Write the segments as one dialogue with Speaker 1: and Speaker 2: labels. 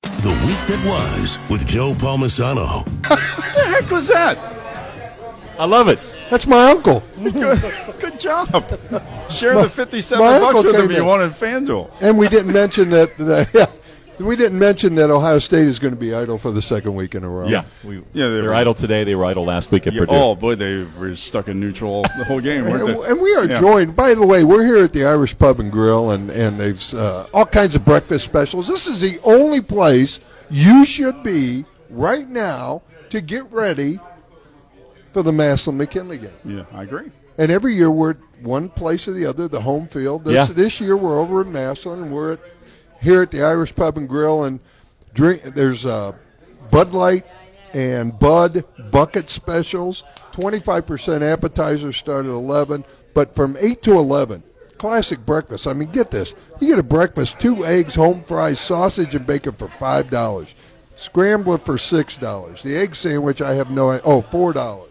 Speaker 1: The Week That Was with Joe Palmisano.
Speaker 2: What the heck was that?
Speaker 3: I love it.
Speaker 4: That's my uncle.
Speaker 2: Good job. Share the 57
Speaker 4: my
Speaker 2: bucks
Speaker 4: uncle
Speaker 2: with him
Speaker 4: came
Speaker 2: if you
Speaker 4: in.
Speaker 2: wanted FanDuel.
Speaker 4: And we didn't mention that. that yeah, we didn't mention that Ohio State is going to be idle for the second week in a row.
Speaker 3: Yeah, we,
Speaker 2: Yeah, they
Speaker 3: they're,
Speaker 2: were-
Speaker 3: idle today. They were idle last week at
Speaker 2: Yeah,
Speaker 3: Purdue.
Speaker 2: oh, boy, they were stuck in neutral the whole game, weren't
Speaker 4: And,
Speaker 2: they?
Speaker 4: and we are
Speaker 2: Yeah.
Speaker 4: joined. By the way, we're here at the Irish Pub and Grill, and and they've uh, all kinds of breakfast specials. This is the only place you should be right now to get ready for the Maslin McKinley game.
Speaker 2: Yeah, I agree.
Speaker 4: And every year we're at one place or the other, the home field. This,
Speaker 3: Yeah.
Speaker 4: this year we're over in Maslin, and we're at, here at the Irish Pub and Grill, and drink. There's uh, Bud Light and Bud Bucket specials. Twenty-five percent appetizers start at eleven, but from eight to eleven, classic breakfast. I mean, get this: you get a breakfast, two eggs, home fries, sausage, and bacon for five dollars. Scrambler for six dollars. The egg sandwich, I have no. Oh, four dollars.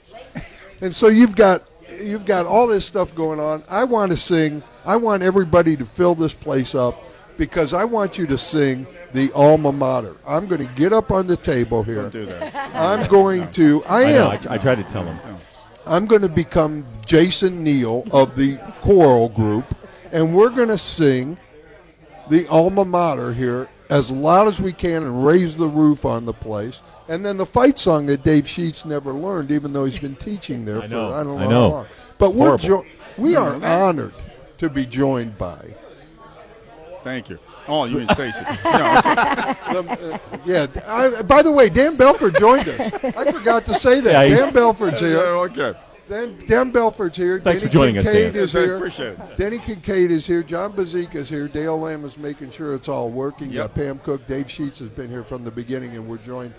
Speaker 4: And so you've got you've got all this stuff going on. I want to sing. I want everybody to fill this place up because I want you to sing the alma mater. I'm going to get up on the table here.
Speaker 2: Do that.
Speaker 4: I'm going to. I
Speaker 3: I, know,
Speaker 4: am.
Speaker 3: I, I tried to tell him.
Speaker 4: I'm going to become Jason Neal of the choral group, and we're going to sing the alma mater here as loud as we can and raise the roof on the place. And then the fight song that Dave Sheets never learned, even though he's been teaching there
Speaker 3: I
Speaker 4: for
Speaker 3: know,
Speaker 4: I don't know
Speaker 3: I
Speaker 4: how
Speaker 3: know.
Speaker 4: long. But
Speaker 3: It's
Speaker 4: we're
Speaker 3: horrible.
Speaker 4: jo- we are honored to be joined by.
Speaker 2: Thank you. Oh, you mean Stacy. No, okay.
Speaker 4: uh, Yeah. I, by the way, Dan Belford joined us. I forgot to say that.
Speaker 3: Yeah, he's-
Speaker 4: Dan Belford's here.
Speaker 2: okay.
Speaker 4: Dan, Dan Belford's here.
Speaker 3: Thanks for
Speaker 4: Danny
Speaker 3: joining us,
Speaker 4: Kincaid
Speaker 3: Dan.
Speaker 4: is
Speaker 2: I
Speaker 4: here.
Speaker 2: appreciate it.
Speaker 4: Denny Kincaid is here. John Bazika is here. Dale Lamb is making sure it's all working.
Speaker 2: Yep.
Speaker 4: Got Pam Cook. Dave Sheets has been here from the beginning, and we're joined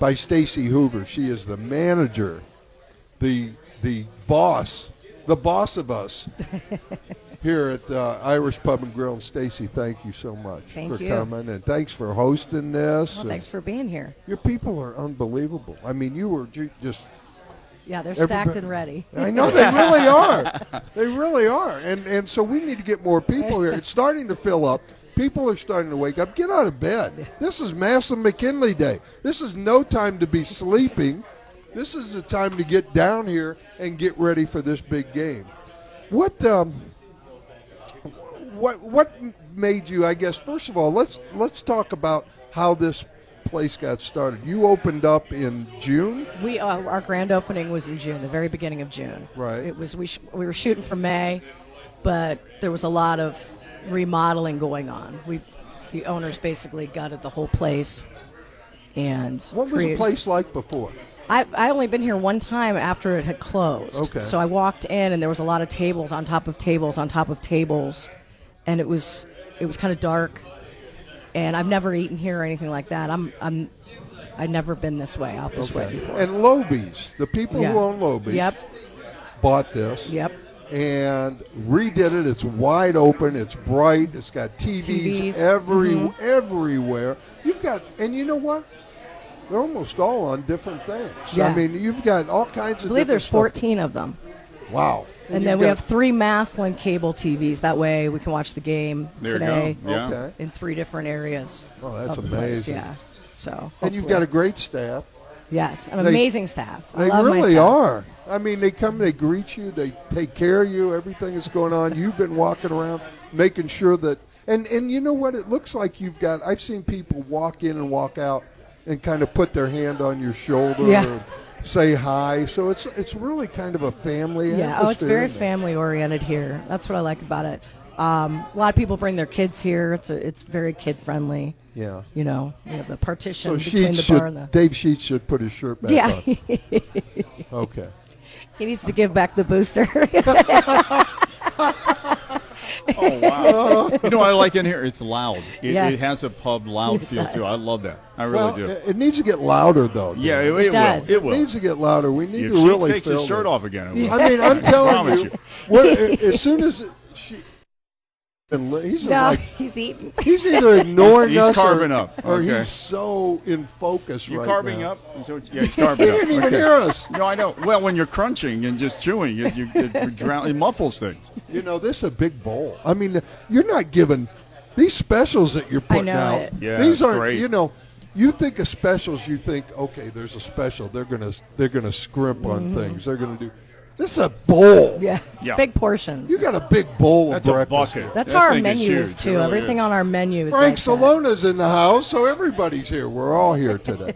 Speaker 4: by Stacy Hoover. She is the manager, the the boss, the boss of us here at uh, Irish Pub and Grill. And Stacy, thank you so much
Speaker 5: Thank
Speaker 4: for
Speaker 5: you.
Speaker 4: coming, and thanks for hosting this.
Speaker 5: Well,
Speaker 4: And
Speaker 5: thanks for being here.
Speaker 4: your people are unbelievable. I mean, you were ju- just
Speaker 5: Yeah, they're stacked
Speaker 4: Everybody-
Speaker 5: and ready.
Speaker 4: I know they really are. They really are. And and so we need to get more people here. It's starting to fill up. People are starting to wake up. Get out of bed. This is Maslin McKinley Day. This is no time to be sleeping. This is the time to get down here and get ready for this big game. What um, what what made you? I guess first of all, let's let's talk about how this place got started. You opened up in June.
Speaker 5: We uh, our grand opening was in June, the very beginning of June.
Speaker 4: Right.
Speaker 5: It was we sh- we were shooting for May, but there was a lot of remodeling going on. We the owners basically gutted the whole place. And
Speaker 4: What was the
Speaker 5: created-
Speaker 4: place like before?
Speaker 5: I I only been here one time after it had closed.
Speaker 4: Okay.
Speaker 5: So I walked in and there was a lot of tables on top of tables on top of tables, and it was it was kind of dark, and I've never eaten here or anything like that. I'm I'm I've never been this way out this way before.
Speaker 4: And Lobies, the people
Speaker 5: Yeah.
Speaker 4: who own Lobies,
Speaker 5: Yep,
Speaker 4: bought this.
Speaker 5: yep.
Speaker 4: And redid it. It's wide open. It's bright. It's got TVs,
Speaker 5: TVs,
Speaker 4: every
Speaker 5: Mm-hmm.
Speaker 4: everywhere. You've got, and you know what? They're almost all on different things. I
Speaker 5: Yeah.
Speaker 4: mean, you've got all kinds
Speaker 5: I
Speaker 4: of.
Speaker 5: believe
Speaker 4: different
Speaker 5: there's
Speaker 4: stuff.
Speaker 5: 14 of them.
Speaker 4: Wow.
Speaker 5: And
Speaker 4: you've
Speaker 5: then we
Speaker 4: got-
Speaker 5: have three Maslin cable TVs. That way we can watch the game
Speaker 2: There you
Speaker 5: today
Speaker 2: go. Yeah.
Speaker 4: Okay.
Speaker 5: in three different areas.
Speaker 4: Oh, that's
Speaker 5: of the place,
Speaker 4: amazing.
Speaker 5: Yeah. So.
Speaker 4: And you've
Speaker 5: hopefully-
Speaker 4: got a great staff.
Speaker 5: yes, an
Speaker 4: They-
Speaker 5: amazing staff. I
Speaker 4: They
Speaker 5: love my
Speaker 4: really
Speaker 5: staff.
Speaker 4: are. I mean, they come, they greet you, they take care of you. Everything is going on. You've been walking around, making sure that, and and you know what? It looks like you've got. I've seen people walk in and walk out, and kind of put their hand on your shoulder
Speaker 5: Yeah.
Speaker 4: or say hi. So it's it's really kind of a family.
Speaker 5: Yeah, oh, it's
Speaker 4: atmosphere,
Speaker 5: very
Speaker 4: isn't it?
Speaker 5: family oriented here. That's what I like about it. Um, a lot of people bring their kids here. It's a, it's very kid friendly.
Speaker 4: Yeah.
Speaker 5: You know, we have the partition
Speaker 4: So
Speaker 5: between
Speaker 4: Sheets
Speaker 5: the bar and
Speaker 4: Oh, should,
Speaker 5: the.
Speaker 4: Dave Sheets should put his shirt back
Speaker 5: yeah,
Speaker 4: on. Okay.
Speaker 5: he needs to give back the booster.
Speaker 2: Oh, wow. you know what I like in here? It's loud. It,
Speaker 5: Yeah.
Speaker 2: it has a pub loud
Speaker 5: It
Speaker 2: feel, too.
Speaker 5: does.
Speaker 2: I love that. I really
Speaker 4: Well,
Speaker 2: do.
Speaker 4: it, it needs to get louder though. Dan.
Speaker 2: yeah, it, it,
Speaker 5: does.
Speaker 2: will. It
Speaker 4: It
Speaker 2: will.
Speaker 4: needs to get louder. We need
Speaker 2: If
Speaker 4: to
Speaker 2: she
Speaker 4: really
Speaker 2: takes his
Speaker 4: fill
Speaker 2: shirt
Speaker 4: it.
Speaker 2: off again, it will.
Speaker 4: I mean, I'm telling
Speaker 2: promise
Speaker 4: you,
Speaker 2: you.
Speaker 4: we're- as soon as she, and li- he's just
Speaker 5: no,
Speaker 4: like
Speaker 5: he's eating.
Speaker 4: he's either ignoring
Speaker 2: He's- he's
Speaker 4: us or-
Speaker 2: carving up.
Speaker 4: or
Speaker 2: Okay.
Speaker 4: he's so in focus
Speaker 2: You
Speaker 4: right
Speaker 2: carving
Speaker 4: now.
Speaker 2: up? Is that what- Yeah, he's carving
Speaker 4: He
Speaker 2: up.
Speaker 4: didn't even hear us.
Speaker 2: No, I know. Well, when you're crunching and just chewing, it, you, it, drown, it muffles things.
Speaker 4: You know, this is a big bowl. I mean, you're not giving these specials that you're putting
Speaker 5: know
Speaker 4: out.
Speaker 5: it.
Speaker 2: Yeah,
Speaker 4: these
Speaker 2: it's
Speaker 4: aren't.
Speaker 2: great.
Speaker 4: You know, you think of specials, you think, okay, there's a special. They're gonna they're gonna scrimp on things. They're gonna do. This is a bowl.
Speaker 5: Mm-hmm. Yeah, it's
Speaker 2: Yeah.
Speaker 5: big portions.
Speaker 4: You got a big bowl
Speaker 2: That's
Speaker 4: of
Speaker 2: a
Speaker 4: breakfast.
Speaker 2: bucket.
Speaker 5: That's
Speaker 2: That
Speaker 5: how our
Speaker 2: thing is
Speaker 5: menu
Speaker 2: huge.
Speaker 5: is
Speaker 2: It
Speaker 5: too.
Speaker 2: really
Speaker 5: Everything
Speaker 2: is.
Speaker 5: on our menu is
Speaker 4: Frank
Speaker 5: like that.
Speaker 4: Salona's in the house, so everybody's here. We're all here today.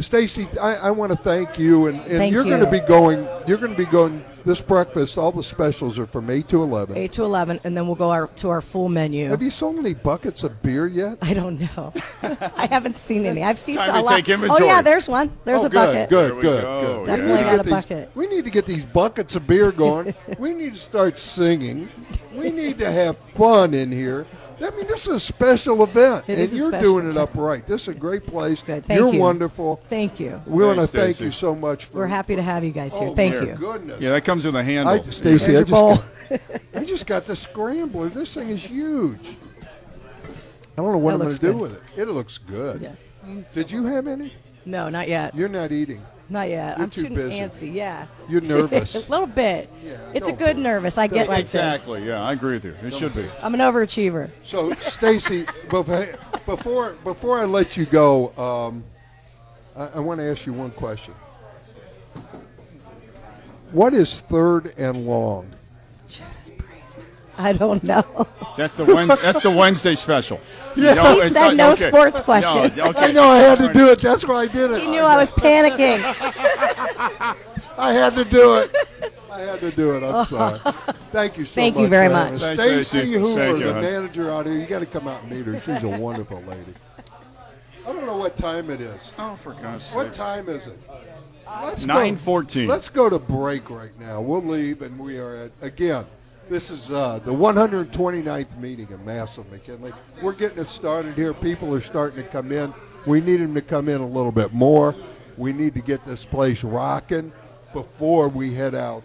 Speaker 4: Stacy, I, I want to thank you, and, and
Speaker 5: Thank
Speaker 4: you're
Speaker 5: you.
Speaker 4: going to be going. You're going to be going this breakfast. All the specials are from eight to eleven.
Speaker 5: eight to eleven, and then we'll go our, to our full menu.
Speaker 4: Have you sold many buckets of beer yet?
Speaker 5: I don't know. I haven't seen any. I've seen
Speaker 2: Time
Speaker 5: a
Speaker 2: to
Speaker 5: lot.
Speaker 2: take
Speaker 5: Oh
Speaker 2: inventory.
Speaker 5: yeah, there's one. There's
Speaker 4: oh,
Speaker 5: a
Speaker 4: good,
Speaker 5: bucket.
Speaker 2: There
Speaker 4: good,
Speaker 2: we
Speaker 4: good,
Speaker 2: go,
Speaker 4: good.
Speaker 5: Definitely
Speaker 4: We need
Speaker 5: got
Speaker 4: to
Speaker 5: a
Speaker 4: get these-
Speaker 5: bucket.
Speaker 4: we need to get these buckets of beer going. we need to start singing. We need to have fun in here. I mean, this is a special event,
Speaker 5: It
Speaker 4: and
Speaker 5: is a
Speaker 4: you're
Speaker 5: special
Speaker 4: doing it
Speaker 5: event.
Speaker 4: upright. This is a great place.
Speaker 5: Good. Thank
Speaker 4: you're
Speaker 5: you.
Speaker 4: wonderful.
Speaker 5: Thank you.
Speaker 4: We want to
Speaker 2: Thanks,
Speaker 4: thank
Speaker 2: Stacy.
Speaker 4: you so much. For
Speaker 5: We're happy to have you guys here.
Speaker 4: Oh,
Speaker 5: Thank
Speaker 4: my
Speaker 5: you.
Speaker 4: Goodness.
Speaker 2: Yeah, that comes with a handle.
Speaker 4: I, Stacy, I
Speaker 5: Here's
Speaker 4: just,
Speaker 5: your
Speaker 4: got, I just got the scrambler. This thing is huge. I don't know what
Speaker 5: That
Speaker 4: I'm going
Speaker 5: looks
Speaker 4: to do
Speaker 5: good.
Speaker 4: with it. It looks good.
Speaker 5: Yeah.
Speaker 4: Did you have any?
Speaker 5: No, not yet.
Speaker 4: You're not eating.
Speaker 5: Not yet.
Speaker 4: You're
Speaker 5: I'm
Speaker 4: too
Speaker 5: too,
Speaker 4: busy.
Speaker 5: antsy. Yeah.
Speaker 4: You're nervous.
Speaker 5: a little bit.
Speaker 4: Yeah,
Speaker 5: it's a
Speaker 4: don't
Speaker 5: good
Speaker 4: be.
Speaker 5: nervous. I get like
Speaker 2: exactly. Yeah, I agree with you. It should be.
Speaker 5: this. I'm an overachiever.
Speaker 4: So, Stacy, bef- before before I let you go, um, I, I want to ask you one question. What is third and long?
Speaker 5: Judas Priest. I don't know.
Speaker 2: That's the Wed- that's the Wednesday special.
Speaker 4: Yeah.
Speaker 2: No,
Speaker 5: He
Speaker 2: it's
Speaker 5: said
Speaker 2: not-
Speaker 5: no
Speaker 2: okay.
Speaker 5: sports
Speaker 2: No,
Speaker 5: questions.
Speaker 2: okay.
Speaker 4: I know I had to do it. That's why I did
Speaker 5: He
Speaker 4: it.
Speaker 5: knew I was panicking.
Speaker 4: I had to do it. I had to do it. I'm sorry. Thank you so
Speaker 5: Thank
Speaker 4: much.
Speaker 5: you very
Speaker 4: for
Speaker 5: much.
Speaker 4: having us.
Speaker 2: Thanks,
Speaker 4: Stacy
Speaker 2: Stacy.
Speaker 4: Hoover,
Speaker 2: Thank you,
Speaker 4: the
Speaker 2: hon.
Speaker 4: manager out here. You got to come out and meet her. She's a wonderful lady. I don't know what time it is.
Speaker 2: Oh, for God's sake.
Speaker 4: What time is it? Let's go-
Speaker 2: 9:14.
Speaker 4: Let's go to break right now. We'll leave, and we are at again. This is uh, the 129th meeting of Massa McKinley. We're getting it started here. People are starting to come in. We need them to come in a little bit more. We need to get this place rocking before we head out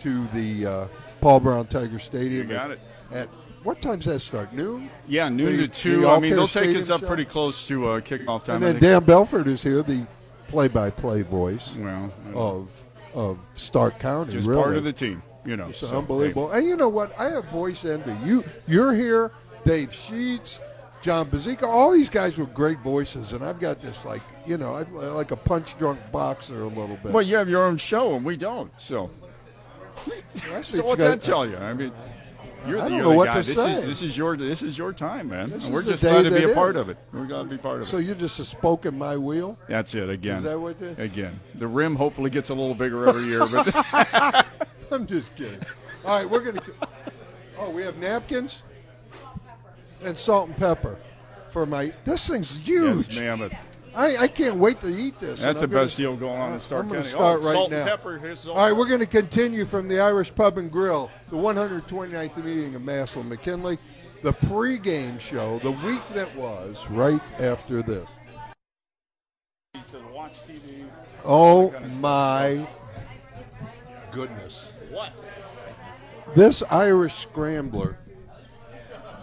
Speaker 4: to the uh, Paul Brown Tiger Stadium.
Speaker 2: You got
Speaker 4: at-
Speaker 2: it.
Speaker 4: At what time does that start? Noon.
Speaker 2: Yeah, noon to
Speaker 4: The-
Speaker 2: two.
Speaker 4: the
Speaker 2: I mean,
Speaker 4: Allcare
Speaker 2: they'll take
Speaker 4: Stadium
Speaker 2: us up
Speaker 4: show?
Speaker 2: pretty close to uh, kickoff time.
Speaker 4: And
Speaker 2: I
Speaker 4: then
Speaker 2: think.
Speaker 4: Dan Belford is here, the play-by-play voice
Speaker 2: Well, yeah.
Speaker 4: of of Stark County.
Speaker 2: just
Speaker 4: Oh, really.
Speaker 2: part of the team. You know,
Speaker 4: It's
Speaker 2: so,
Speaker 4: unbelievable. And you know what? I have voice envy. You you're here, Dave Sheets, John Bazika, all these guys with great voices, and I've got this like you know, I'm like a punch drunk boxer a little bit.
Speaker 2: hey. Well, you have your own show and we don't. So,
Speaker 4: That's
Speaker 2: so
Speaker 4: what
Speaker 2: what's
Speaker 4: you
Speaker 2: that
Speaker 4: got-
Speaker 2: tell you? I mean, you're
Speaker 4: I
Speaker 2: the,
Speaker 4: don't
Speaker 2: you're
Speaker 4: know
Speaker 2: the
Speaker 4: what
Speaker 2: guy.
Speaker 4: to
Speaker 2: this is
Speaker 4: say.
Speaker 2: this is your this is your time, man.
Speaker 4: This
Speaker 2: And
Speaker 4: is
Speaker 2: we're
Speaker 4: the
Speaker 2: just
Speaker 4: day
Speaker 2: glad to be
Speaker 4: that
Speaker 2: a part
Speaker 4: is.
Speaker 2: of it. We're glad to be part of it.
Speaker 4: So you're just a spoke in my wheel.
Speaker 2: That's it again.
Speaker 4: Is that what it is?
Speaker 2: Again, the rim hopefully gets a little bigger every year, but
Speaker 4: I'm just kidding. All right, we're gonna. Oh, we have napkins and salt and pepper for my. This thing's huge.
Speaker 2: yes, mammoth.
Speaker 4: I, I can't wait to eat this.
Speaker 2: That's the
Speaker 4: And I'm gonna-
Speaker 2: best deal going on in Stark
Speaker 4: I'm gonna
Speaker 2: County.
Speaker 4: start
Speaker 2: oh,
Speaker 4: right
Speaker 2: salt
Speaker 4: now.
Speaker 2: and pepper. Here's salt.
Speaker 4: All right, we're going to continue from the Irish Pub and Grill, the 129th meeting of Massillon McKinley, the pregame show, the week that was, right after this.
Speaker 2: Watch TV.
Speaker 4: Oh my goodness.
Speaker 2: What?
Speaker 4: This Irish scrambler.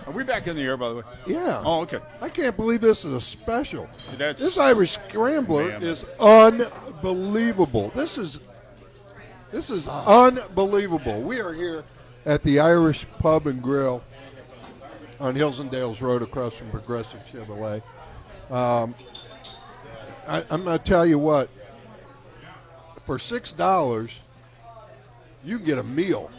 Speaker 2: Are we back in the air, by the way?
Speaker 4: Yeah.
Speaker 2: Oh, okay.
Speaker 4: I can't believe this is a special.
Speaker 2: That's-
Speaker 4: this Irish scrambler
Speaker 2: Man.
Speaker 4: is unbelievable. This is this is unbelievable. We are here at the Irish Pub and Grill on Hills and Dales Road, across from Progressive Chevrolet. Um, I, I'm going to tell you what. For six dollars, you can get a meal.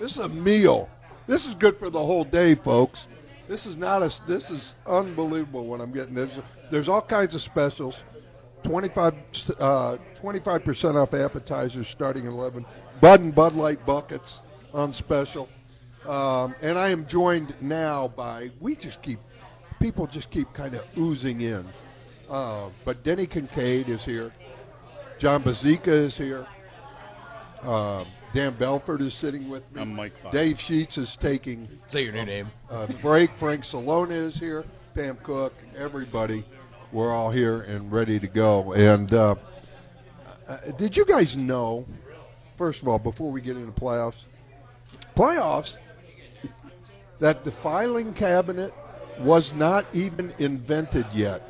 Speaker 4: This is a meal. This is good for the whole day, folks. This is not a. This is unbelievable what I'm getting. There's there's all kinds of specials. 25 percent off appetizers starting at eleven. Bud and Bud Light buckets on special. Um, and I am joined now by we just keep people just keep kind of oozing in. Uh, but Denny Kincaid is here. John Bazika is here. Uh, Dan Belford is sitting with me.
Speaker 2: I'm Mike Fox.
Speaker 4: Dave Sheets is taking
Speaker 6: Say your new name.
Speaker 4: uh, break. Frank Salona is here. Pam Cook, everybody. We're all here and ready to go. And uh, uh, did you guys know, first of all, before we get into playoffs, playoffs, that the filing cabinet was not even invented yet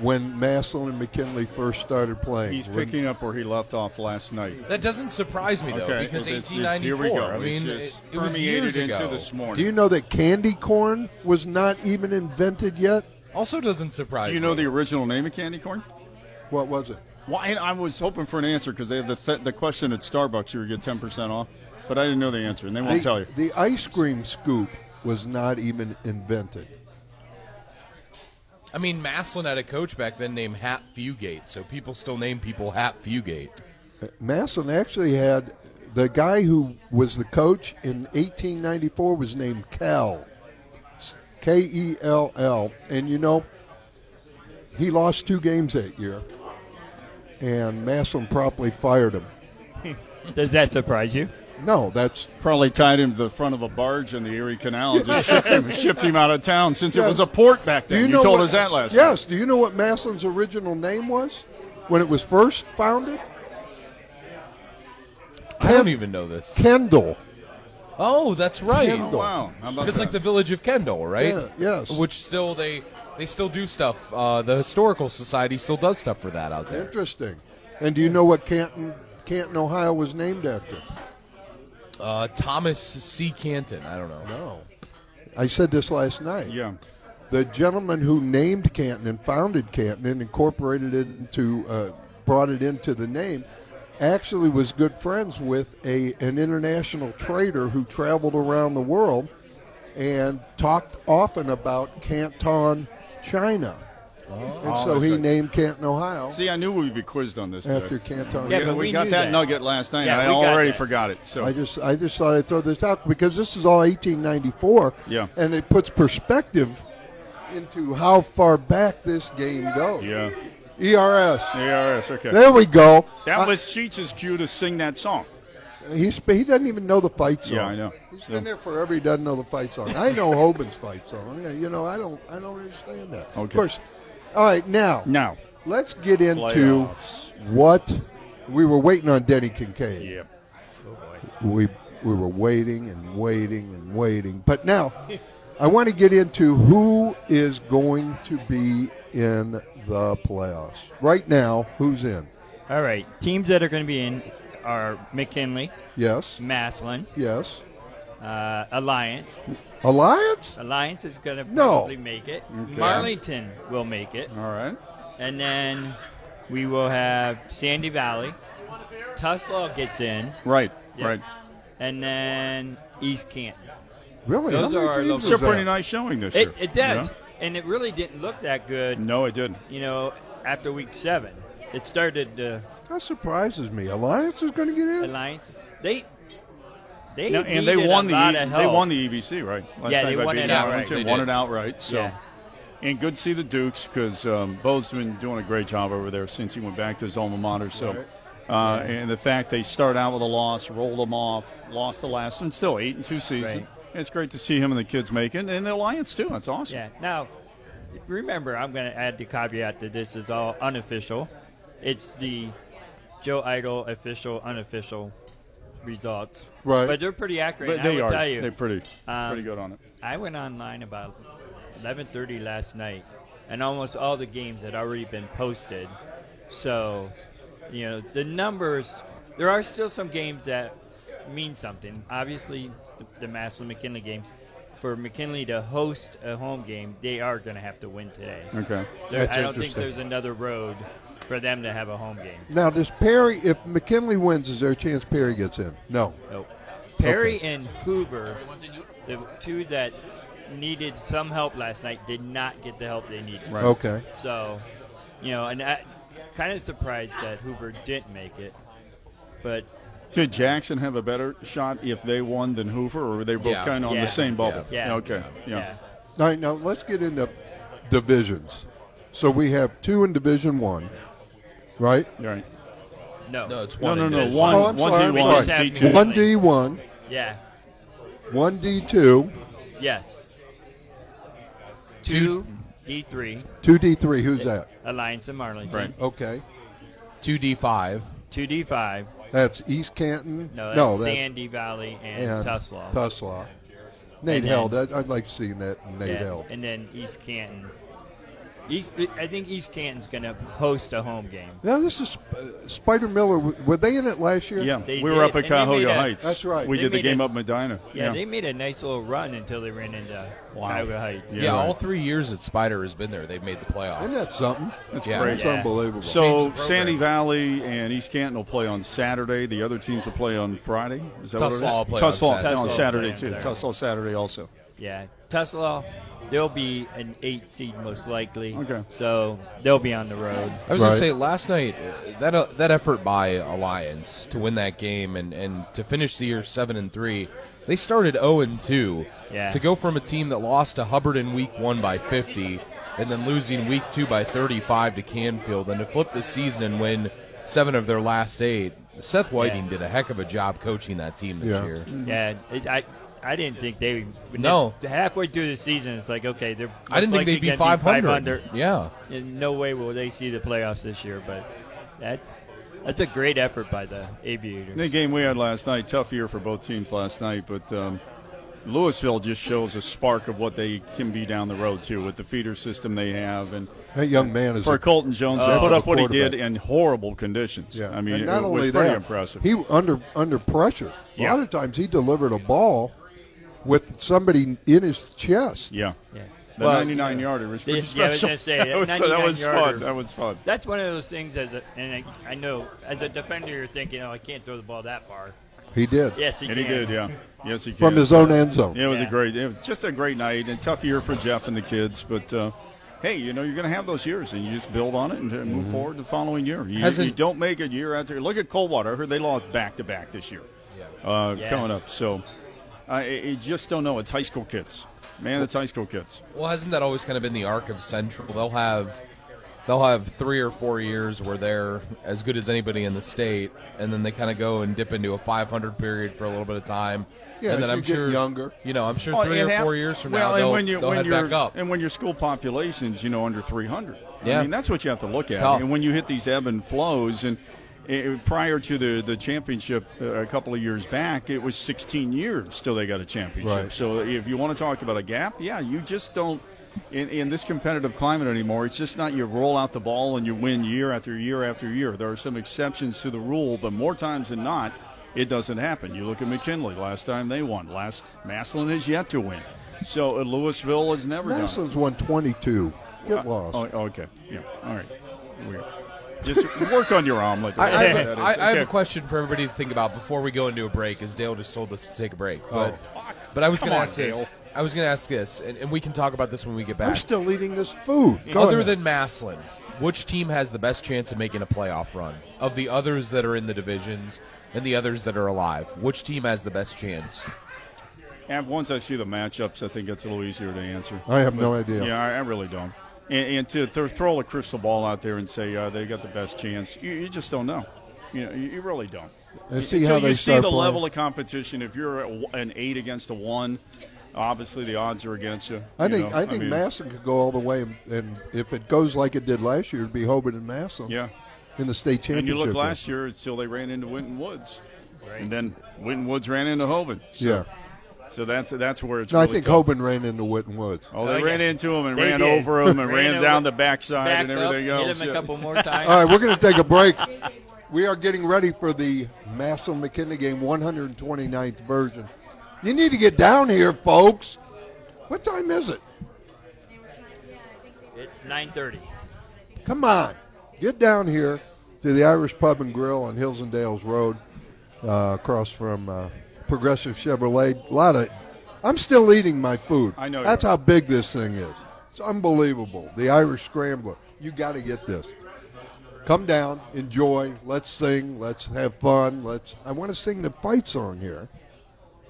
Speaker 4: when Maslin and McKinley first started playing.
Speaker 2: He's
Speaker 4: When-
Speaker 2: picking up where he left off last night.
Speaker 6: That doesn't surprise me though,
Speaker 2: Okay,
Speaker 6: because
Speaker 2: it's- it's-
Speaker 6: 1894.
Speaker 2: here we go.
Speaker 6: I
Speaker 2: It's
Speaker 6: mean,
Speaker 2: just
Speaker 6: it, it was
Speaker 2: permeated
Speaker 6: years
Speaker 2: into
Speaker 6: ago.
Speaker 2: this morning.
Speaker 4: Do you know that candy corn was not even invented yet?
Speaker 6: Also doesn't surprise
Speaker 2: Do you
Speaker 6: me.
Speaker 2: know the original name of candy corn?
Speaker 4: What was it?
Speaker 2: Why? I was hoping for an answer because they have the, th- the question at Starbucks you would get 10% off, but I didn't know the answer, and they won't
Speaker 4: the,
Speaker 2: tell you.
Speaker 4: the ice cream scoop was not even invented.
Speaker 6: I mean, Maslin had a coach back then named Hap Fugate, so people still name people Hap Fugate.
Speaker 4: Masson actually had the guy who was the coach in 1894 was named Cal, K E L L, and you know he lost two games that year, and Masson promptly fired him.
Speaker 7: Does that surprise you?
Speaker 4: No, that's
Speaker 2: Probably tied him to the front of a barge in the Erie Canal and just shipped him, shipped him out of town since it
Speaker 4: Yeah.
Speaker 2: was a port back then. You, told us that last
Speaker 4: Yes. Do you know what Masson's original name was when it was first founded?
Speaker 6: I don't even know this.
Speaker 4: Kendall.
Speaker 6: Oh, that's
Speaker 2: time.
Speaker 6: right.
Speaker 4: Kendall.
Speaker 2: Oh, wow. How about
Speaker 6: It's like
Speaker 2: that?
Speaker 6: the village of Kendall, right?
Speaker 4: Yeah, yes.
Speaker 6: Which still they they still do stuff. Uh, the historical society still does stuff for that out there.
Speaker 4: Interesting. And do you know what Canton, Canton, Ohio, was named after?
Speaker 6: Uh, Thomas C. Canton. I don't know.
Speaker 2: Oh.
Speaker 4: No. I said this last night.
Speaker 2: Yeah.
Speaker 4: The gentleman who named Canton and founded Canton and incorporated it into, uh, brought it into the name, actually was good friends with a an international trader who traveled around the world and talked often about Canton, China. And so he named Canton, Ohio,
Speaker 2: Oh, See, I knew we'd be quizzed on this.
Speaker 4: after
Speaker 2: today.
Speaker 4: Canton.
Speaker 7: Yeah,
Speaker 2: Yeah,
Speaker 7: but
Speaker 2: we,
Speaker 7: we
Speaker 2: got
Speaker 7: knew
Speaker 2: that,
Speaker 7: that.
Speaker 2: nugget last night.
Speaker 7: Yeah,
Speaker 2: I
Speaker 7: we got
Speaker 2: already
Speaker 7: that.
Speaker 2: forgot it. So
Speaker 4: I just I just thought I'd throw this out because this is all 1894.
Speaker 2: Yeah.
Speaker 4: And it puts perspective into how far back this game goes.
Speaker 2: yeah,
Speaker 4: ERS.
Speaker 2: ARS. Okay,
Speaker 4: E There we go.
Speaker 2: that
Speaker 4: I-
Speaker 2: was Sheets' cue to sing that song.
Speaker 4: he sp- he doesn't even know the fight song.
Speaker 2: Yeah, I know.
Speaker 4: He's
Speaker 2: So-
Speaker 4: been there forever. He doesn't know the fight song. I know Hoban's fight song. You know, I don't I don't understand that. Of
Speaker 2: Okay.
Speaker 4: course. All right, now.
Speaker 2: Now,
Speaker 4: Let's get into
Speaker 2: Playoffs.
Speaker 4: what we were waiting on Denny Kincaid.
Speaker 2: yeah,
Speaker 4: we we were waiting and waiting and waiting. But now, I want to get into who is going to be in the playoffs. Right now, who's in?
Speaker 7: All right. Teams that are going to be in are McKinley,
Speaker 4: Yes,
Speaker 7: Maslin,
Speaker 4: yes.
Speaker 7: uh, Alliance.
Speaker 4: Alliance?
Speaker 7: Alliance is going to
Speaker 4: No.
Speaker 7: probably make it. Marlington will make it.
Speaker 2: all right.
Speaker 7: And then we will have Sandy Valley. Tuslaw gets in.
Speaker 2: Right,
Speaker 7: Yeah.
Speaker 2: right.
Speaker 7: And then East Canton.
Speaker 4: Really?
Speaker 7: Those
Speaker 4: How many
Speaker 7: are our
Speaker 4: teams
Speaker 7: local-
Speaker 4: is
Speaker 2: It's a pretty
Speaker 4: that?
Speaker 2: nice showing this
Speaker 7: uh, It,
Speaker 2: year.
Speaker 7: it does.
Speaker 2: you
Speaker 7: And it really didn't look that good,
Speaker 2: know? No, it didn't.
Speaker 7: you know, after week seven. It started to.
Speaker 4: That surprises me. Alliance is going to get in.
Speaker 7: Alliance. They they
Speaker 2: No, and they
Speaker 7: needed
Speaker 2: won
Speaker 7: a
Speaker 2: the E
Speaker 7: lot of
Speaker 2: they
Speaker 7: help.
Speaker 2: won the EBC right. Last
Speaker 7: Yeah,
Speaker 2: night
Speaker 7: they
Speaker 2: by
Speaker 7: won it
Speaker 2: beating
Speaker 6: outright.
Speaker 2: Arlington,
Speaker 6: They
Speaker 2: won
Speaker 6: did.
Speaker 2: it outright. So,
Speaker 7: Yeah.
Speaker 2: and good to see the Dukes because um, Bo's been doing a great job over there since he went back to his alma mater. So, uh, and the fact they start out with a loss, rolled them off, lost the last one, still eight and two season.
Speaker 7: Right.
Speaker 2: It's great to see him and the kids make it, and the Alliance too. That's awesome.
Speaker 7: Yeah. Now, remember, I'm going to add the caveat that this is all unofficial. It's the Joe Idol official, unofficial results.
Speaker 4: Right.
Speaker 7: But they're pretty accurate.
Speaker 2: But
Speaker 7: and
Speaker 2: they
Speaker 7: I
Speaker 2: are
Speaker 7: will tell you,
Speaker 2: they're pretty
Speaker 7: Um,
Speaker 2: pretty good on it.
Speaker 7: I went online about 11:30 last night, and almost all the games had already been posted. So, you know, the numbers. There are still some games that mean something. Obviously, the, the Maslin McKinley game. For McKinley to host a home game, they are going to have to win today.
Speaker 2: Okay.
Speaker 7: There,
Speaker 4: That's
Speaker 7: I don't think
Speaker 4: interesting.
Speaker 7: there's another road for them to have a home game.
Speaker 4: Now, does Perry, if McKinley wins, is there a chance Perry gets in? No.
Speaker 7: Nope. Perry and Hoover, the two that needed some help last night, did not get the help they needed.
Speaker 2: Right.
Speaker 4: Okay.
Speaker 7: So, you know, and I kind of surprised that Hoover didn't make it, but
Speaker 2: Did Jackson have a better shot if they won than Hoover, or were they both
Speaker 6: Yeah.
Speaker 2: kind of on
Speaker 7: Yeah.
Speaker 2: the same bubble?
Speaker 7: yeah.
Speaker 2: Okay. Yeah.
Speaker 4: All right, now let's get into divisions. So we have two in Division One, right?
Speaker 2: All right.
Speaker 7: yeah. No.
Speaker 6: No, it's
Speaker 2: No,
Speaker 6: one.
Speaker 2: no,
Speaker 6: and
Speaker 2: no.
Speaker 6: two.
Speaker 2: One,
Speaker 4: Oh, I'm
Speaker 2: one
Speaker 4: sorry, I'm
Speaker 2: D one,
Speaker 7: sorry.
Speaker 2: D two.
Speaker 4: One D one,
Speaker 7: Yeah.
Speaker 4: one D two,
Speaker 7: Yes. Two, D3,
Speaker 4: two D three. Who's that?
Speaker 7: Alliance and Marlington.
Speaker 2: Right.
Speaker 4: Okay,
Speaker 6: Two D five.
Speaker 7: Two, D5.
Speaker 4: that's East Canton.
Speaker 7: No, that's, Sandy Valley and,
Speaker 4: and
Speaker 7: Tuslaw.
Speaker 4: Tuslaw. Nate
Speaker 7: And
Speaker 4: Held.
Speaker 7: then-
Speaker 4: I- I'd like to see that in Nate
Speaker 7: Yeah,
Speaker 4: Held.
Speaker 7: And then East Canton. East, I think East Canton's going to host a home game.
Speaker 4: Now this is uh, Spider Miller. Were they in it last year?
Speaker 2: Yeah,
Speaker 7: They
Speaker 2: we were
Speaker 7: did,
Speaker 2: up at
Speaker 7: and they made
Speaker 2: Cahoga
Speaker 7: a-
Speaker 2: Heights.
Speaker 4: That's right.
Speaker 2: We
Speaker 7: They
Speaker 2: did the
Speaker 7: made
Speaker 2: game
Speaker 7: a-
Speaker 2: up in Medina.
Speaker 7: Yeah, they made a nice little run until they ran into
Speaker 2: Wow.
Speaker 7: Cuyahoga Heights.
Speaker 2: Yeah.
Speaker 6: Yeah,
Speaker 2: right.
Speaker 6: all three years that Spider has been there, they've made the playoffs.
Speaker 4: Isn't that something?
Speaker 2: That's
Speaker 6: Yeah.
Speaker 2: crazy.
Speaker 4: It's
Speaker 7: Yeah.
Speaker 4: unbelievable.
Speaker 2: So
Speaker 6: Change the program.
Speaker 2: Sandy Valley and East Canton will play on Saturday. The other teams will play on Friday. Is that
Speaker 6: Tucson will
Speaker 2: what it
Speaker 6: play
Speaker 2: is?
Speaker 6: on
Speaker 2: Tucson
Speaker 6: Saturday.
Speaker 2: on
Speaker 7: Tucson
Speaker 2: Saturday
Speaker 7: will play
Speaker 2: too.
Speaker 7: on Saturday.
Speaker 2: Tucson Saturday also.
Speaker 7: Yeah, Tesla, they'll be an eight seed most likely.
Speaker 2: Okay.
Speaker 7: So they'll be on the road.
Speaker 6: I was
Speaker 4: Right.
Speaker 6: gonna say last night uh, that uh, that effort by Alliance to win that game and, and to finish the year seven and three, they started zero and two.
Speaker 7: Yeah.
Speaker 6: To go from a team that lost to Hubbard in week one by fifty, and then losing week two by thirty five to Canfield, and to flip the season and win seven of their last eight, Seth Whiting
Speaker 7: Yeah. Mm.
Speaker 6: did a heck of a job coaching that team this
Speaker 4: Yeah.
Speaker 6: year.
Speaker 7: Yeah, it, I I didn't think they when
Speaker 6: No.
Speaker 7: they- halfway through the season. It's like okay, they're
Speaker 6: I didn't think
Speaker 7: most likely
Speaker 6: they'd be
Speaker 7: gonna
Speaker 6: five
Speaker 7: 500.
Speaker 6: hundred. Yeah.
Speaker 7: And no way will they see the playoffs this year. But that's that's a great effort by the Aviators.
Speaker 2: The game we had last night, tough year for both teams last night, but um, Louisville just shows a spark of what they can be down the road too with the feeder system they have and
Speaker 4: that young man is
Speaker 2: for
Speaker 4: a
Speaker 2: Colton Jones to
Speaker 4: Oh.
Speaker 2: put up what he did
Speaker 4: Quarterback.
Speaker 2: in horrible conditions. I mean,
Speaker 4: and
Speaker 2: it
Speaker 4: not
Speaker 2: was
Speaker 4: only
Speaker 2: pretty
Speaker 4: that,
Speaker 2: impressive.
Speaker 4: He under under pressure.
Speaker 2: Yeah.
Speaker 4: A lot of times he delivered a ball with somebody in his chest.
Speaker 2: yeah.
Speaker 7: Yeah.
Speaker 2: The
Speaker 7: Well,
Speaker 2: 99 yarder was pretty
Speaker 7: Yeah, I was
Speaker 2: special.
Speaker 7: gonna say,
Speaker 2: that was,
Speaker 7: that
Speaker 2: that was
Speaker 7: 99
Speaker 2: fun.
Speaker 7: yarder.
Speaker 2: That was fun.
Speaker 7: That's one of those things as a and I, I know as a defender you're thinking oh I can't throw the ball that far.
Speaker 4: He did
Speaker 7: Yes, he
Speaker 2: And
Speaker 7: can.
Speaker 2: he did, yeah. Yes, he can.
Speaker 4: from his own end zone.
Speaker 2: Yeah, it was a
Speaker 7: Yeah.
Speaker 2: great. It was just a great night and tough year for Jeff and the kids. But uh, hey, you know you're going to have those years, and you just build on it and uh, move forward the following year. You,
Speaker 6: Hasn't-
Speaker 2: you don't make a year out there. Look at Coldwater. I heard they lost back to back this year. Uh,
Speaker 7: Yeah.
Speaker 2: Coming up, so I, I just don't know. It's high school kids, man. It's high school kids.
Speaker 6: Well, hasn't that always kind of been the arc of Central? They'll have they'll have three or four years where they're as good as anybody in the state, and then they kind of go and dip into a 500 period for a little bit of time.
Speaker 4: Yeah,
Speaker 6: and
Speaker 4: as
Speaker 6: then
Speaker 4: you
Speaker 6: I'm
Speaker 4: get
Speaker 6: sure
Speaker 4: younger.
Speaker 6: You know, I'm sure
Speaker 2: Well,
Speaker 6: three
Speaker 2: it
Speaker 6: or
Speaker 2: hap-
Speaker 6: four years from
Speaker 2: well,
Speaker 6: now
Speaker 2: Oh, and
Speaker 6: they'll,
Speaker 2: when you,
Speaker 6: they'll
Speaker 2: when
Speaker 6: head
Speaker 2: your-
Speaker 6: back up.
Speaker 2: and when your school population's you know under 300. I
Speaker 6: Yeah.
Speaker 2: mean that's what you have to look at.
Speaker 6: tough.
Speaker 2: And when you hit these ebb and flows, and eh, prior to the the championship uh, a couple of years back, it was 16 years till they got a championship.
Speaker 4: Right.
Speaker 2: So uh, if you want to talk about a gap, yeah, you just don't. In, in this competitive climate anymore, it's just not you roll out the ball and you win year after year after year. There are some exceptions to the rule, but more times than not, it doesn't happen. You look at McKinley. Last time they won. Last Maslin has yet to win. So uh, Louisville has never done. it.
Speaker 4: Madison's won twenty two. Get lost.
Speaker 2: Oh, okay. Yeah. All right. Weird. Just work on your omelet.
Speaker 6: I, I,
Speaker 2: Whatever
Speaker 6: have, a,
Speaker 2: that
Speaker 6: I,
Speaker 2: is.
Speaker 6: I have a
Speaker 2: Okay.
Speaker 6: question for everybody to think about before we go into a break, as Dale just told us to take a break. But, but I was
Speaker 2: Come
Speaker 6: going to
Speaker 2: on,
Speaker 6: ask this.
Speaker 2: Dale.
Speaker 6: I was going to ask this, and, and we can talk about this when we get back.
Speaker 4: I'm still eating this food. Go
Speaker 6: other
Speaker 4: ahead.
Speaker 6: than Maslin, which team has the best chance of making a playoff run of the others that are in the divisions and the others that are alive? Which team has the best chance?
Speaker 2: And once I see the matchups, I think it's a little easier to answer.
Speaker 4: I have no idea.
Speaker 2: Yeah, I, I really don't. And, and to th- throw a crystal ball out there and say uh, they got the best chance, you, you just don't know. You know, you, you really don't.
Speaker 4: Let's see
Speaker 2: Until
Speaker 4: how they
Speaker 2: you see
Speaker 4: start
Speaker 2: the
Speaker 4: playing.
Speaker 2: level of competition. If you're a w- an eight against a one, obviously the odds are against you.
Speaker 4: I
Speaker 2: you
Speaker 4: think
Speaker 2: know?
Speaker 4: I think
Speaker 2: mean,
Speaker 4: Masson could go all the way, and, and if it goes like it did last year, it'd be Hobart and Masson.
Speaker 2: Yeah.
Speaker 4: in the state championship.
Speaker 2: And you look
Speaker 4: game.
Speaker 2: last year until they ran into Winton Woods, and then Winton Woods ran into Hovind. So,
Speaker 4: Yeah,
Speaker 2: So that's that's where it's.
Speaker 4: no, I
Speaker 2: really
Speaker 4: think
Speaker 2: tough.
Speaker 4: Hoban ran into Witten Woods.
Speaker 2: Oh, they
Speaker 7: Oh, yeah.
Speaker 2: ran into him and
Speaker 7: They
Speaker 2: ran
Speaker 7: did.
Speaker 2: over him and
Speaker 7: Ran
Speaker 2: ran
Speaker 7: over-
Speaker 2: down the backside
Speaker 7: Backed
Speaker 2: and everything else.
Speaker 7: up, Hit him
Speaker 2: yeah.
Speaker 7: a couple more times.
Speaker 4: All right, we're going to take a break. We are getting ready for the Massel McKinney game, 129th version. You need to get down here, folks. What time is it?
Speaker 7: It's 9:30.
Speaker 4: Come on, get down here to the Irish Pub and Grill on Hills and Dales Road, uh, across from uh, Progressive Chevrolet. A lot of, I'm still eating my food.
Speaker 2: I know you
Speaker 4: That's
Speaker 2: are.
Speaker 4: how big this thing is. It's unbelievable. The Irish Scrambler. You got to get this. Come down, enjoy. Let's sing. Let's have fun. Let's. I want to sing the fight song here.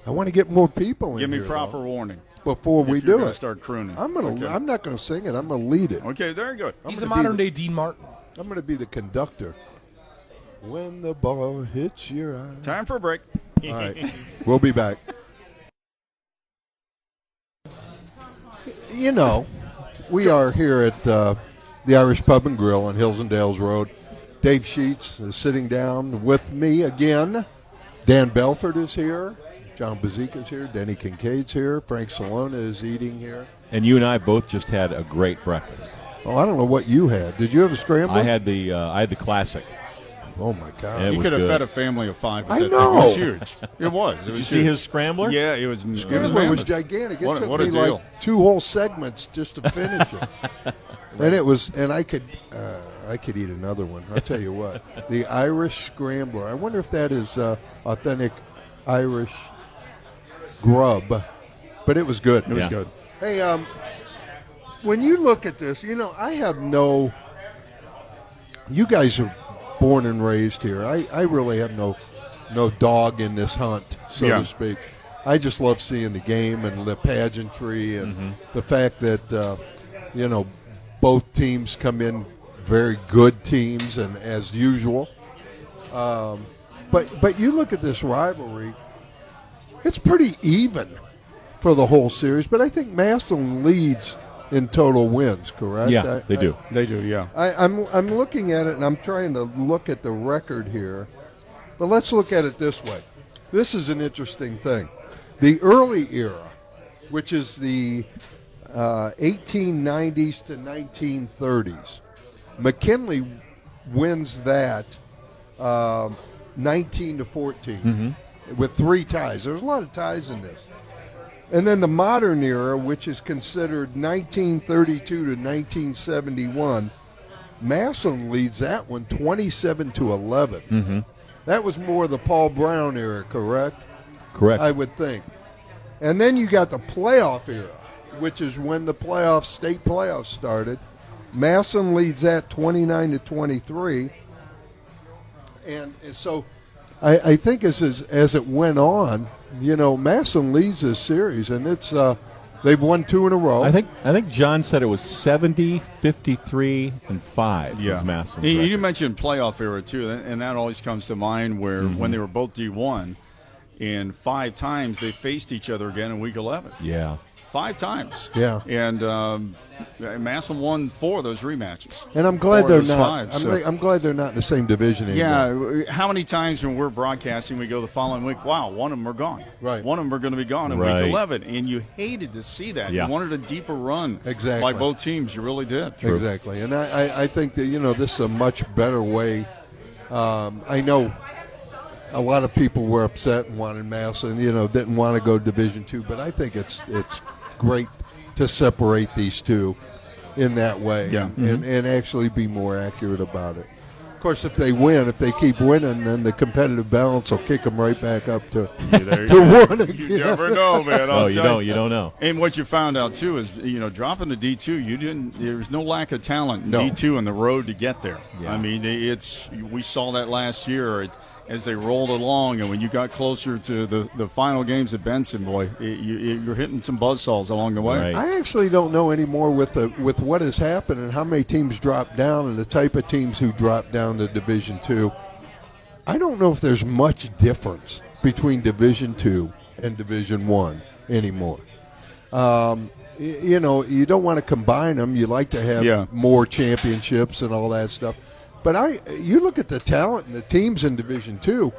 Speaker 4: I want to get more people in
Speaker 2: Give me
Speaker 4: here,
Speaker 2: proper
Speaker 4: though,
Speaker 2: warning.
Speaker 4: before we
Speaker 2: if you're
Speaker 4: do
Speaker 2: gonna
Speaker 4: it.
Speaker 2: Start crooning.
Speaker 4: I'm gonna.
Speaker 2: Okay.
Speaker 4: I'm not gonna sing it. I'm gonna lead it.
Speaker 2: okay, very good.
Speaker 6: He's a
Speaker 4: gonna be
Speaker 6: modern
Speaker 4: the-
Speaker 6: day Dean Martin.
Speaker 4: I'm going to be the conductor. When the ball hits your eye.
Speaker 2: Time for a break.
Speaker 4: All right. We'll be back. You know, we are here at uh, the Irish Pub and Grill on Hills and Dales Road. Dave Sheets is sitting down with me again. Dan Belford is here. John Bazika is here. Denny Kincaid's here. Frank Salona is eating here.
Speaker 3: And you and I both just had a great breakfast.
Speaker 4: Oh, I don't know what you had. Did you have a scrambler?
Speaker 3: I had the uh, I had the classic.
Speaker 4: Oh my God.
Speaker 3: Yeah. It
Speaker 2: you
Speaker 3: was
Speaker 2: could have
Speaker 3: good.
Speaker 2: fed a family of five. With
Speaker 4: I
Speaker 2: that thing. It was
Speaker 4: know.
Speaker 2: huge. It was. It
Speaker 3: You
Speaker 2: was
Speaker 3: see
Speaker 2: huge.
Speaker 3: his scrambler?
Speaker 2: Yeah, it was. it was
Speaker 4: Scrambler
Speaker 2: mammoth.
Speaker 4: was gigantic. It
Speaker 2: What a-
Speaker 4: took
Speaker 2: what a
Speaker 4: me
Speaker 2: deal.
Speaker 4: like two whole segments just to finish it. And it was, and I could, uh, I could eat another one. I'll tell you what, the Irish Scrambler. I wonder if that is uh, authentic Irish grub, but it was good.
Speaker 2: It was
Speaker 3: Yeah.
Speaker 2: good.
Speaker 4: Hey, um, when you look at this, you know, I have no. You guys are born and raised here. I, I really have no no dog in this hunt, so
Speaker 2: Yeah.
Speaker 4: to speak. I just love seeing the game and the pageantry and the fact that uh, you know both teams come in very good teams and as usual. Um, but but you look at this rivalry; it's pretty even for the whole series, but I think Maslin leads in total wins, correct?
Speaker 3: Yeah,
Speaker 4: I-
Speaker 3: they do.
Speaker 2: They do. Yeah.
Speaker 4: I, I'm I'm looking at it and I'm trying to look at the record here, but let's look at it this way. This is an interesting thing. The early era, which is the uh, 1890s to 1930s, McKinley wins that um 19 to 14
Speaker 3: Mm-hmm.
Speaker 4: with three ties. There's a lot of ties in this. And then the modern era, which is considered 1932 to 1971, Masson leads that one 27 to 11. Mm-hmm. That was more the Paul Brown era, correct?
Speaker 3: Correct.
Speaker 4: I would think. And then you got the playoff era, which is when the playoffs, state playoffs started. Masson leads that 29 to 23. And and so I, I think as, as as it went on, you know, Masson leads this series, and it's uh, they've won two in a row.
Speaker 3: I think I think John said it was 70, 53, and five.
Speaker 2: Yeah,
Speaker 3: was Massen's
Speaker 2: You- You
Speaker 3: record.
Speaker 2: mentioned playoff era too, and and that always comes to mind where
Speaker 3: Mm-hmm.
Speaker 2: when they were both D one, and five times they faced each other again in week eleven.
Speaker 3: Yeah.
Speaker 2: Five times.
Speaker 4: Yeah.
Speaker 2: And um, Masson won four of those rematches.
Speaker 4: and I'm glad
Speaker 2: Four of
Speaker 4: they're
Speaker 2: those
Speaker 4: not.
Speaker 2: five,
Speaker 4: I'm,
Speaker 2: so-
Speaker 4: re- I'm glad they're not in the same division anymore.
Speaker 2: yeah, w- how many times when we're broadcasting, we go the following week, wow, one of them are gone.
Speaker 4: Right.
Speaker 2: One of them are going to be gone in
Speaker 3: Right.
Speaker 2: week 11. And you hated to see that.
Speaker 3: Yeah.
Speaker 2: You wanted a deeper run
Speaker 4: Exactly.
Speaker 2: by both teams. You really did.
Speaker 4: Exactly, and I, I, I think that you know this is a much better way. Um, I know a lot of people were upset and wanted Mass, and you know didn't want to go to Division Two, but I think it's it's great to separate these two in that way,
Speaker 2: Yeah.
Speaker 4: and, and, and actually be more accurate about it. Of course, if they win, if they keep winning, then the competitive balance will kick them right back up to
Speaker 2: There
Speaker 4: to
Speaker 2: you,
Speaker 4: one again.
Speaker 2: you never know, man. I'll
Speaker 3: Oh, you
Speaker 2: tell
Speaker 3: don't. You don't know.
Speaker 2: And what you found out too is, you know, dropping to D two, you didn't. There was no lack of talent in
Speaker 4: No.
Speaker 2: D two and the road to get there.
Speaker 3: Yeah.
Speaker 2: I mean, it's we saw that last year it's, as they rolled along, and when you got closer to the, the final games at Benson, boy, it, you, it, you're hitting some buzzsaws along the way.
Speaker 3: Right.
Speaker 4: I actually don't know anymore with the with what has happened and how many teams dropped down and the type of teams who dropped down to Division Two. I don't know if there's much difference between Division Two and Division One anymore. Um, y- you know, you don't want to combine them. You like to have
Speaker 2: Yeah.
Speaker 4: more championships and all that stuff. But I, you look at the talent and the teams in Division Two.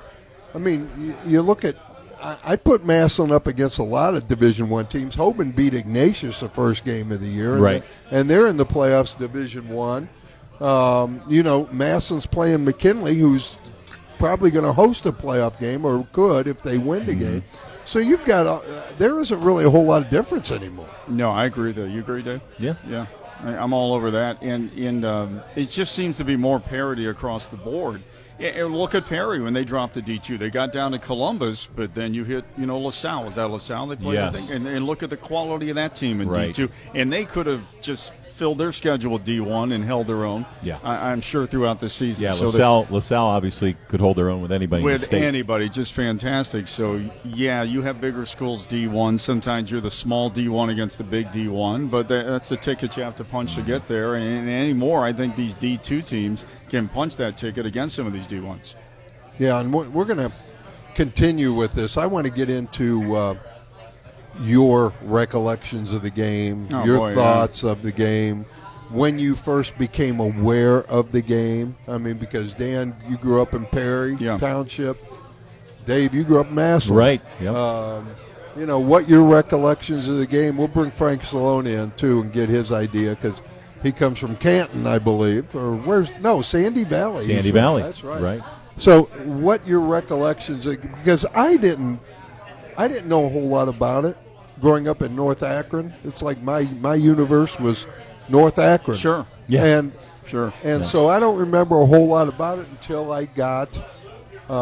Speaker 4: I mean, you, you look at. I, I put Maslin up against a lot of Division One teams. Hoban beat Ignatius the first game of the year, and-
Speaker 3: Right.
Speaker 4: And they're in the playoffs, Division One. Um, you know, Maslin's playing McKinley, who's probably going to host a playoff game or could if they win the game. So you've got uh, there isn't really a whole lot of difference anymore.
Speaker 2: No, I agree with that. You agree, Dave?
Speaker 3: Yeah.
Speaker 2: Yeah. I, I'm all over that. And, and um, it just seems to be more parity across the board. Yeah, And look at Perry when they dropped the D2. They got down to Columbus, but then you hit, you know, LaSalle. Was that LaSalle they played? I
Speaker 3: Yes.
Speaker 2: think? And, and look at the quality of that team in
Speaker 3: Right.
Speaker 2: D2. And they could have just filled their schedule with D1 and held their own,
Speaker 3: Yeah.
Speaker 2: I, I'm sure, throughout the season.
Speaker 3: Yeah,
Speaker 2: So that-
Speaker 3: LaSalle, LaSalle obviously could hold their own with anybody in the
Speaker 2: with
Speaker 3: state.
Speaker 2: anybody, just fantastic. So yeah, you have bigger schools D1. Sometimes you're the small D1 against the big D1, but tha- that's the ticket you have to punch to get there. And, and anymore, I think these D2 teams can punch that ticket against some of these D1s.
Speaker 4: Yeah, and we're, we're going to continue with this. I want to get into uh, your recollections of the game,
Speaker 2: Oh,
Speaker 4: your
Speaker 2: boy, yeah.
Speaker 4: thoughts of the game, when you first became aware of the game. I mean, because Dan, you grew up in Perry
Speaker 2: Yeah.
Speaker 4: Township. Dave, you grew up in Massillon.
Speaker 3: Right. Yep.
Speaker 2: Uh,
Speaker 4: You know, what your recollections of the game. We'll bring Frank Salone in, too, and get his idea because He comes from Canton, I believe, or where's no Sandy Valley.
Speaker 3: Sandy
Speaker 4: He's from-
Speaker 3: Valley.
Speaker 4: That's right.
Speaker 3: Right.
Speaker 4: So, what your recollections? Because I didn't, I didn't know a whole lot about it growing up in North Akron. It's like my my universe was North Akron.
Speaker 2: Sure.
Speaker 3: Yeah.
Speaker 4: And
Speaker 2: Sure.
Speaker 4: and so I don't remember a whole lot about it until I got, uh,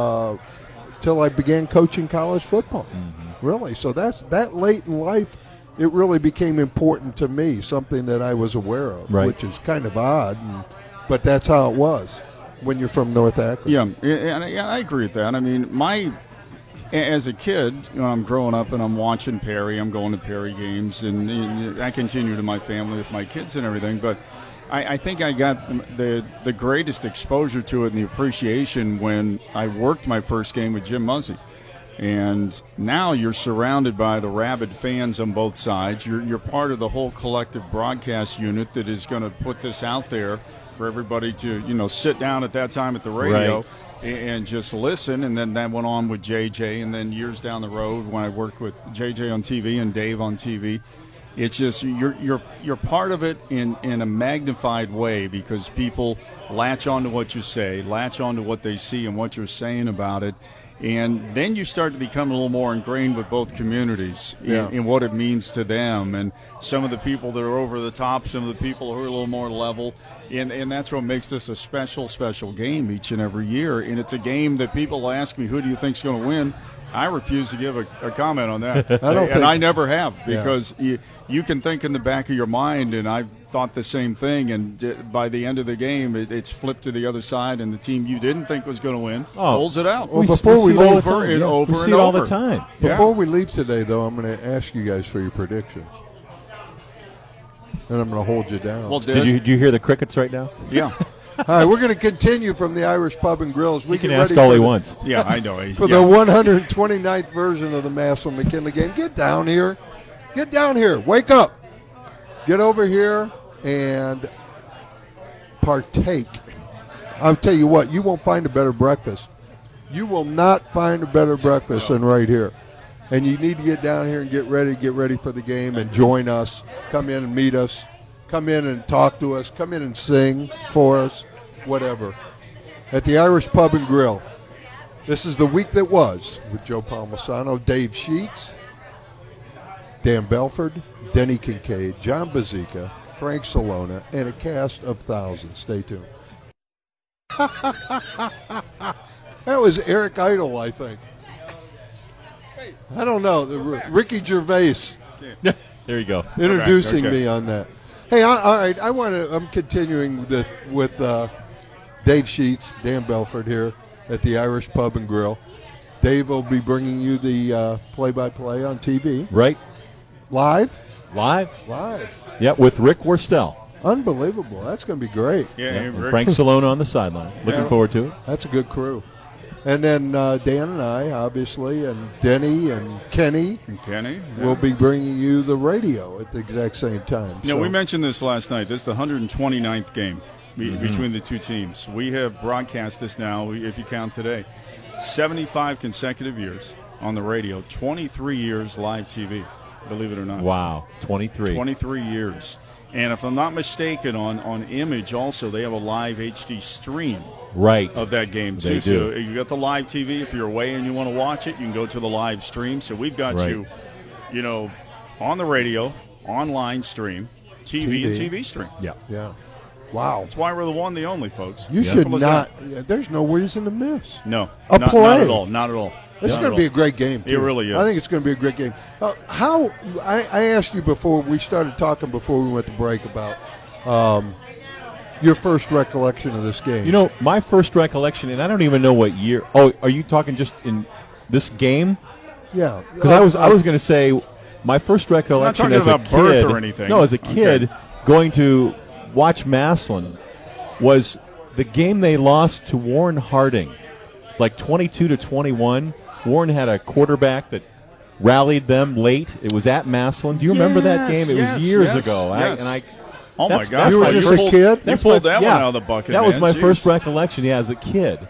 Speaker 4: till I began coaching college football.
Speaker 3: Mm-hmm.
Speaker 4: Really. So that's that late in life, it really became important to me. Something that I was aware of,
Speaker 3: Right.
Speaker 4: which is kind of odd, and, but that's how it was when you're from North Akron.
Speaker 2: Yeah, yeah, and I, yeah, I agree with that. I mean, my a- as a kid, you know, I'm growing up and I'm watching Perry. I'm going to Perry games, and, and I continue to my family with my kids and everything. But I, I think I got the the greatest exposure to it and the appreciation when I worked my first game with Jim Muzzy. And now you're surrounded by the rabid fans on both sides. You're, you're part of the whole collective broadcast unit that is going to put this out there for everybody to, you know, sit down at that time at the radio
Speaker 3: Right.
Speaker 2: a- and just listen. And then that went on with JJ. And then years down the road, when I worked with JJ on TV and Dave on TV, it's just you're you're you're part of it in in a magnified way because people latch onto what you say, latch onto what they see and what you're saying about it. And then you start to become a little more ingrained with both communities
Speaker 4: Yeah.
Speaker 2: in, in what it means to them, and some of the people that are over the top, some of the people who are a little more level, and and that's what makes this a special, special game each and every year. And it's a game that people ask me, "Who do you think's going to win?" I refuse to give a, a comment on that,
Speaker 4: I don't
Speaker 2: and
Speaker 4: think-
Speaker 2: I never have
Speaker 4: Yeah.
Speaker 2: because you you can think in the back of your mind, and I've thought the same thing, and d- by the end of the game, it, it's flipped to the other side, and the team you didn't think was going to win
Speaker 3: Oh.
Speaker 2: pulls it out.
Speaker 4: Well, before we
Speaker 3: see it all the
Speaker 2: over and over
Speaker 3: time, yeah. we see
Speaker 2: and
Speaker 3: it all the
Speaker 2: over.
Speaker 3: time.
Speaker 2: Yeah.
Speaker 4: Before we leave today, though, I'm going to ask you guys for your predictions, and I'm going to hold you down.
Speaker 2: Well,
Speaker 3: Did you, do you hear the crickets right now?
Speaker 2: Yeah,
Speaker 4: All right, we're going to continue from the Irish Pub and Grill. As we
Speaker 3: You can
Speaker 4: get
Speaker 3: ask
Speaker 4: ready
Speaker 3: all
Speaker 4: for
Speaker 3: he
Speaker 4: the-
Speaker 3: wants.
Speaker 2: yeah, I know.
Speaker 4: for
Speaker 2: Yeah.
Speaker 4: the 129th version of the Massillon McKinley game. Get down here. Get down here. Wake up. Get over here and partake. I'll tell you what, you won't find a better breakfast. You will not find a better breakfast than right here. And you need to get down here and get ready, get ready for the game and join us. Come in and meet us. Come in and talk to us. Come in and sing for us. Whatever. At the Irish Pub and Grill. This is the week that was with Joe Palmisano, Dave Sheets, Dan Belford, Denny Kincaid, John Bazika, Frank Salona, and a cast of thousands. Stay tuned. that was Eric Idle, I think. I don't know. The, Ricky Gervais
Speaker 3: There you go.
Speaker 4: introducing
Speaker 2: okay.
Speaker 4: me on that. Hey, I, all right. I want to. I'm continuing the, with uh, Dave Sheets, Dan Belford here at the Irish Pub and Grill. Dave will be bringing you the uh, play-by-play on TV
Speaker 3: Right?
Speaker 4: live.
Speaker 3: Live?
Speaker 4: Live,
Speaker 3: Yeah, with Rick Worstel.
Speaker 4: unbelievable. That's going to be great.
Speaker 2: Yeah,
Speaker 3: Yeah,
Speaker 2: hey,
Speaker 3: and
Speaker 2: Rick.
Speaker 3: Frank Salona on the sideline. Looking
Speaker 2: Yeah.
Speaker 3: forward to it.
Speaker 4: That's a good crew. And then uh, Dan and I, obviously, and Denny and Kenny
Speaker 2: Kenny. Yeah.
Speaker 4: will be bringing you the radio at the exact same time.
Speaker 2: Yeah,
Speaker 4: So-
Speaker 2: we mentioned this last night. This is the 129th game be-
Speaker 3: Mm-hmm.
Speaker 2: between the two teams. We have broadcast this now, if you count today, 75 consecutive years on the radio, 23 years live TV, believe it or not.
Speaker 3: Wow. 23.
Speaker 2: 23 years. And if I'm not mistaken, on, on Image also, they have a live HD stream
Speaker 3: Right.
Speaker 2: of that game,
Speaker 3: They
Speaker 2: too.
Speaker 3: do.
Speaker 2: So you got the live TV. If you're away and you want to watch it, you can go to the live stream. So we've got
Speaker 3: Right.
Speaker 2: you, you know, on the radio, online stream, TV, and
Speaker 4: TV.
Speaker 2: TV stream.
Speaker 3: Yeah.
Speaker 4: Yeah. Wow.
Speaker 2: That's why we're the one, the only, folks.
Speaker 4: You
Speaker 2: Simple
Speaker 4: should
Speaker 2: as
Speaker 4: not.
Speaker 2: that.
Speaker 4: yeah, There's no reason to miss.
Speaker 2: No,
Speaker 4: A
Speaker 2: not,
Speaker 4: play.
Speaker 2: Not at all. Not at all.
Speaker 4: This is
Speaker 2: Not
Speaker 4: going
Speaker 2: at
Speaker 4: to be a
Speaker 2: all.
Speaker 4: great game.
Speaker 2: It
Speaker 4: too.
Speaker 2: really is.
Speaker 4: I think it's going to be a great game. Uh, how I, I asked you before we started talking before we went to break about um, your first recollection of this game.
Speaker 3: You know, my first recollection, and I don't even know what year. Oh, are you talking just in this game?
Speaker 4: yeah,
Speaker 3: Because I was I was going to say my first recollection
Speaker 2: uh, talking
Speaker 3: as
Speaker 2: about
Speaker 3: a
Speaker 2: birth
Speaker 3: kid,
Speaker 2: or anything.
Speaker 3: No, as a
Speaker 2: Okay.
Speaker 3: kid going to watch Maslin was the game they lost to Warren Harding, like twenty two to twenty one. Warren had a quarterback that rallied them late. It was at Maslin. Do you remember that
Speaker 2: Yes,
Speaker 3: game? It
Speaker 2: yes,
Speaker 3: was years
Speaker 2: yes,
Speaker 3: ago. I-
Speaker 2: yes.
Speaker 3: and I.
Speaker 2: Oh my
Speaker 3: that's-
Speaker 2: God!
Speaker 3: that's
Speaker 4: You were
Speaker 2: my
Speaker 4: just
Speaker 2: first-
Speaker 4: a kid?
Speaker 2: You
Speaker 3: my-
Speaker 2: pulled that
Speaker 3: yeah,
Speaker 2: one out of the bucket.
Speaker 3: That was
Speaker 2: man.
Speaker 3: my
Speaker 2: Jeez.
Speaker 3: first recollection, yeah, as a kid.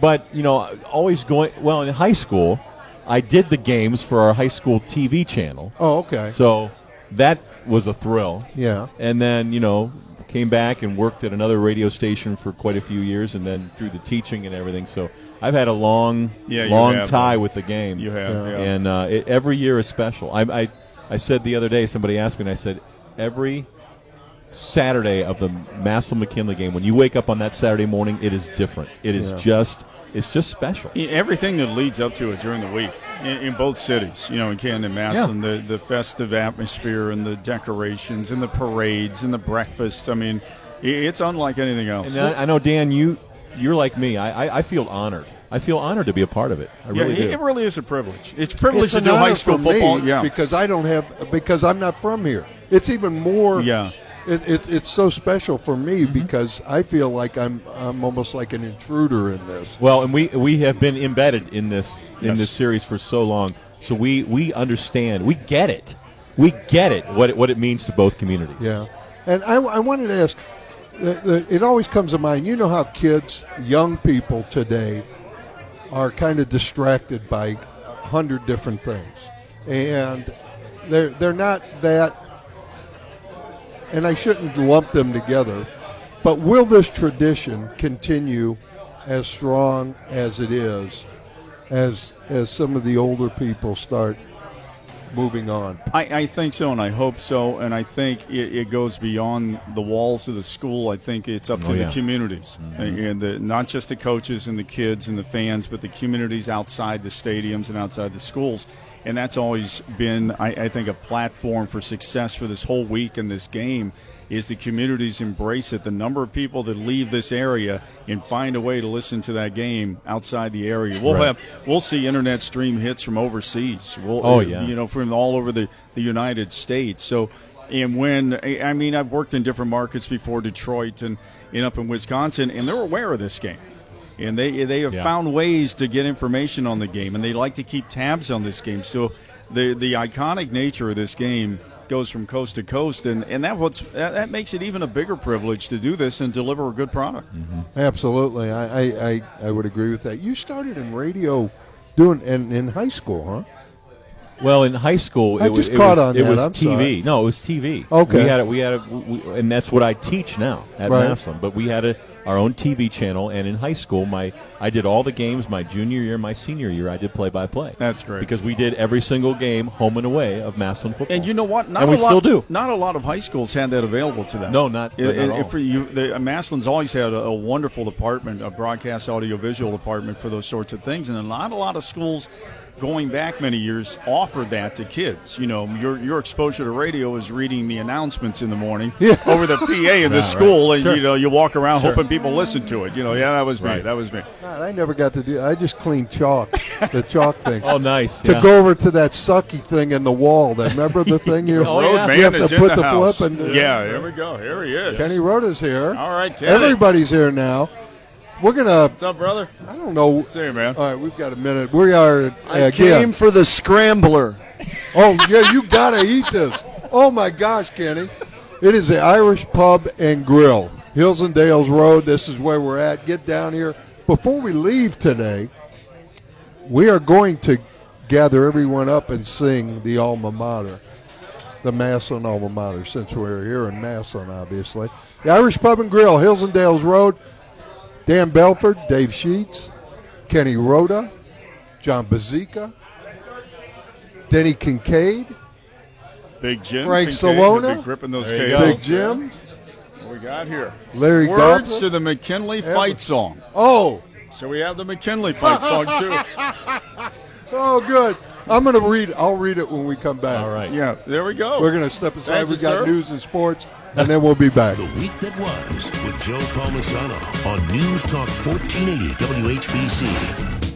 Speaker 3: But you know, always going well in high school. I did the games for our high school TV channel,
Speaker 4: Oh, okay.
Speaker 3: so that was a thrill.
Speaker 4: yeah.
Speaker 3: And then you know, came back and worked at another radio station for quite a few years, and then through the teaching and everything. So I've had a long,
Speaker 2: Yeah, you
Speaker 3: long
Speaker 2: have.
Speaker 3: tie with the game.
Speaker 2: You have, yeah.
Speaker 3: and uh, it, every year is special. I, I, I said the other day, somebody asked me, and I said, every Saturday of the Massel McKinley game, when you wake up on that Saturday morning, it is different. It is just, it's just special.
Speaker 2: E- Everything that leads up to it during the week in, in both cities, you know, in Canton and Maslin, the, the festive atmosphere and the decorations and the parades and the breakfast. I mean, i- it's unlike anything else.
Speaker 3: And I, I know, Dan, you you're like me. I, I, I feel honored. I feel honored to be a part of it. I
Speaker 2: yeah,
Speaker 3: really
Speaker 2: it,
Speaker 3: do.
Speaker 2: it really is a privilege. It's a privilege
Speaker 4: It's
Speaker 2: to
Speaker 4: an
Speaker 2: do high
Speaker 4: honor
Speaker 2: school
Speaker 4: for me
Speaker 2: football. Yeah.
Speaker 4: because I don't have because I'm not from here. It's even more.
Speaker 2: Yeah. Mm-hmm.
Speaker 4: It, it, it's so special for me because I feel like I'm I'm almost like an intruder in this.
Speaker 3: well, and we we have been embedded in this in
Speaker 2: Yes.
Speaker 3: this series for so long, so we we understand. We get it. We get it. What it, what it means to both communities.
Speaker 4: Yeah, and I, I wanted to ask. The, the, it always comes to mind. You know how kids, young people today, are kind of distracted by a hundred different things, and they're they're not that. And I shouldn't lump them together, but will this tradition continue as strong as it is, as as some of the older people start moving on?
Speaker 2: I, I think so, and I hope so, and I think it, it goes beyond the walls of the school. I think it's up to
Speaker 3: Oh,
Speaker 2: the
Speaker 3: yeah. Mm-hmm.
Speaker 2: communities, and the, not just the coaches and the kids and the fans, but the communities outside the stadiums and outside the schools. And that's always been, I, I think, a platform for success for this whole week and this game. Is the communities embrace it? The number of people that leave this area and find a way to listen to that game outside the area. We'll
Speaker 3: Right.
Speaker 2: have, we'll see internet stream hits from overseas. We'll,
Speaker 3: Oh, yeah.
Speaker 2: you know know, from all over the, the United States. So, and when, I I mean, I've worked in different markets before, Detroit and, and up in Wisconsin, and they're aware of this game. And they, they have
Speaker 3: Yeah.
Speaker 2: found ways to get information on the game, and they like to keep tabs on this game. So the, the iconic nature of this game goes from coast to coast, and, and that, what's, that, that makes it even a bigger privilege to do this and deliver a good product.
Speaker 4: Absolutely, I, I, I, I would agree with that. You started in radio, doing and in high school, huh?
Speaker 3: Well, in high school,
Speaker 4: I
Speaker 3: it was
Speaker 4: just
Speaker 3: it
Speaker 4: caught
Speaker 3: was,
Speaker 4: on
Speaker 3: it
Speaker 4: that.
Speaker 3: was
Speaker 4: I'm
Speaker 3: TV.
Speaker 4: sorry.
Speaker 3: No, it was TV.
Speaker 4: Okay.
Speaker 3: we had it. We had it, we, we- and that's what I teach now at
Speaker 4: Right.
Speaker 3: Maslin. But we had a, our own TV channel, and in high school, my I did all the games. My junior year, my senior year, I did play by play.
Speaker 2: That's great.
Speaker 3: because we did every single game, home and away, of Maslin football.
Speaker 2: And you know what?
Speaker 3: and we
Speaker 2: a lot,
Speaker 3: still do.
Speaker 2: Not a lot of high schools had that available to them.
Speaker 3: No, not-
Speaker 2: I-
Speaker 3: not at
Speaker 2: I-
Speaker 3: all.
Speaker 2: For you, the, Maslin's always had a, a wonderful department, a broadcast audiovisual department for those sorts of things, and not a lot of schools. Going back many years, offered that to kids. You know, your your exposure to radio is reading the announcements in the morning over the PA in the school, and you know you walk around hoping people listen to it. You know, yeah, that was me,
Speaker 3: Right.
Speaker 2: that was me.
Speaker 4: God, I never got to do. I just cleaned chalk, the chalk thing.
Speaker 3: Oh, nice.
Speaker 4: To
Speaker 3: yeah.
Speaker 4: go over to that sucky thing in the wall. That remember the thing you
Speaker 3: Oh,
Speaker 2: Road
Speaker 3: yeah.
Speaker 2: man
Speaker 4: you have to
Speaker 2: is in
Speaker 4: put
Speaker 2: the,
Speaker 4: the,
Speaker 2: house.
Speaker 3: uh,
Speaker 4: flip and
Speaker 2: yeah, here we go. Here he is.
Speaker 4: Kenny Rota's here.
Speaker 2: All right, Kenny.
Speaker 4: everybody's here now. We're gonna.
Speaker 2: What's up, brother?
Speaker 4: I don't know.
Speaker 2: See you, man.
Speaker 4: All right, we've got a minute. We are uh,
Speaker 8: I
Speaker 4: again.
Speaker 8: came for the scrambler.
Speaker 4: Oh yeah, you gotta eat this. Oh my gosh, Kenny. It is the Irish Pub and Grill, Hills and Dales Road. This is where we're at. Get down here. Before we leave today, we are going to gather everyone up and sing the alma mater, the Maslin alma mater, since we're here in Maslin, obviously. The Irish Pub and Grill, Hills and Dales Road. Dan Belford, Dave Sheets, Kenny Rhoda, John Bazika, Denny Kincaid,
Speaker 2: Big Jim,
Speaker 4: Frank
Speaker 2: Kincaid,
Speaker 4: Solona.
Speaker 2: big grip in those
Speaker 3: There you
Speaker 2: KLs.
Speaker 3: go.
Speaker 4: Big Jim,
Speaker 2: What we got here?
Speaker 4: Larry
Speaker 2: Words
Speaker 4: Goffin.
Speaker 2: to the McKinley fight song.
Speaker 4: Oh,
Speaker 2: So we have the McKinley fight song too.
Speaker 4: oh, good. I'm going to read. I'll read it when we come back.
Speaker 3: All right.
Speaker 2: Yeah, there we go.
Speaker 4: We're going to step aside.
Speaker 2: Thank
Speaker 4: We've
Speaker 2: you,
Speaker 4: got
Speaker 2: sir.
Speaker 4: news and sports, and then we'll be back.
Speaker 1: The week that was with Joe Palmisano on News Talk 1480 WHBC.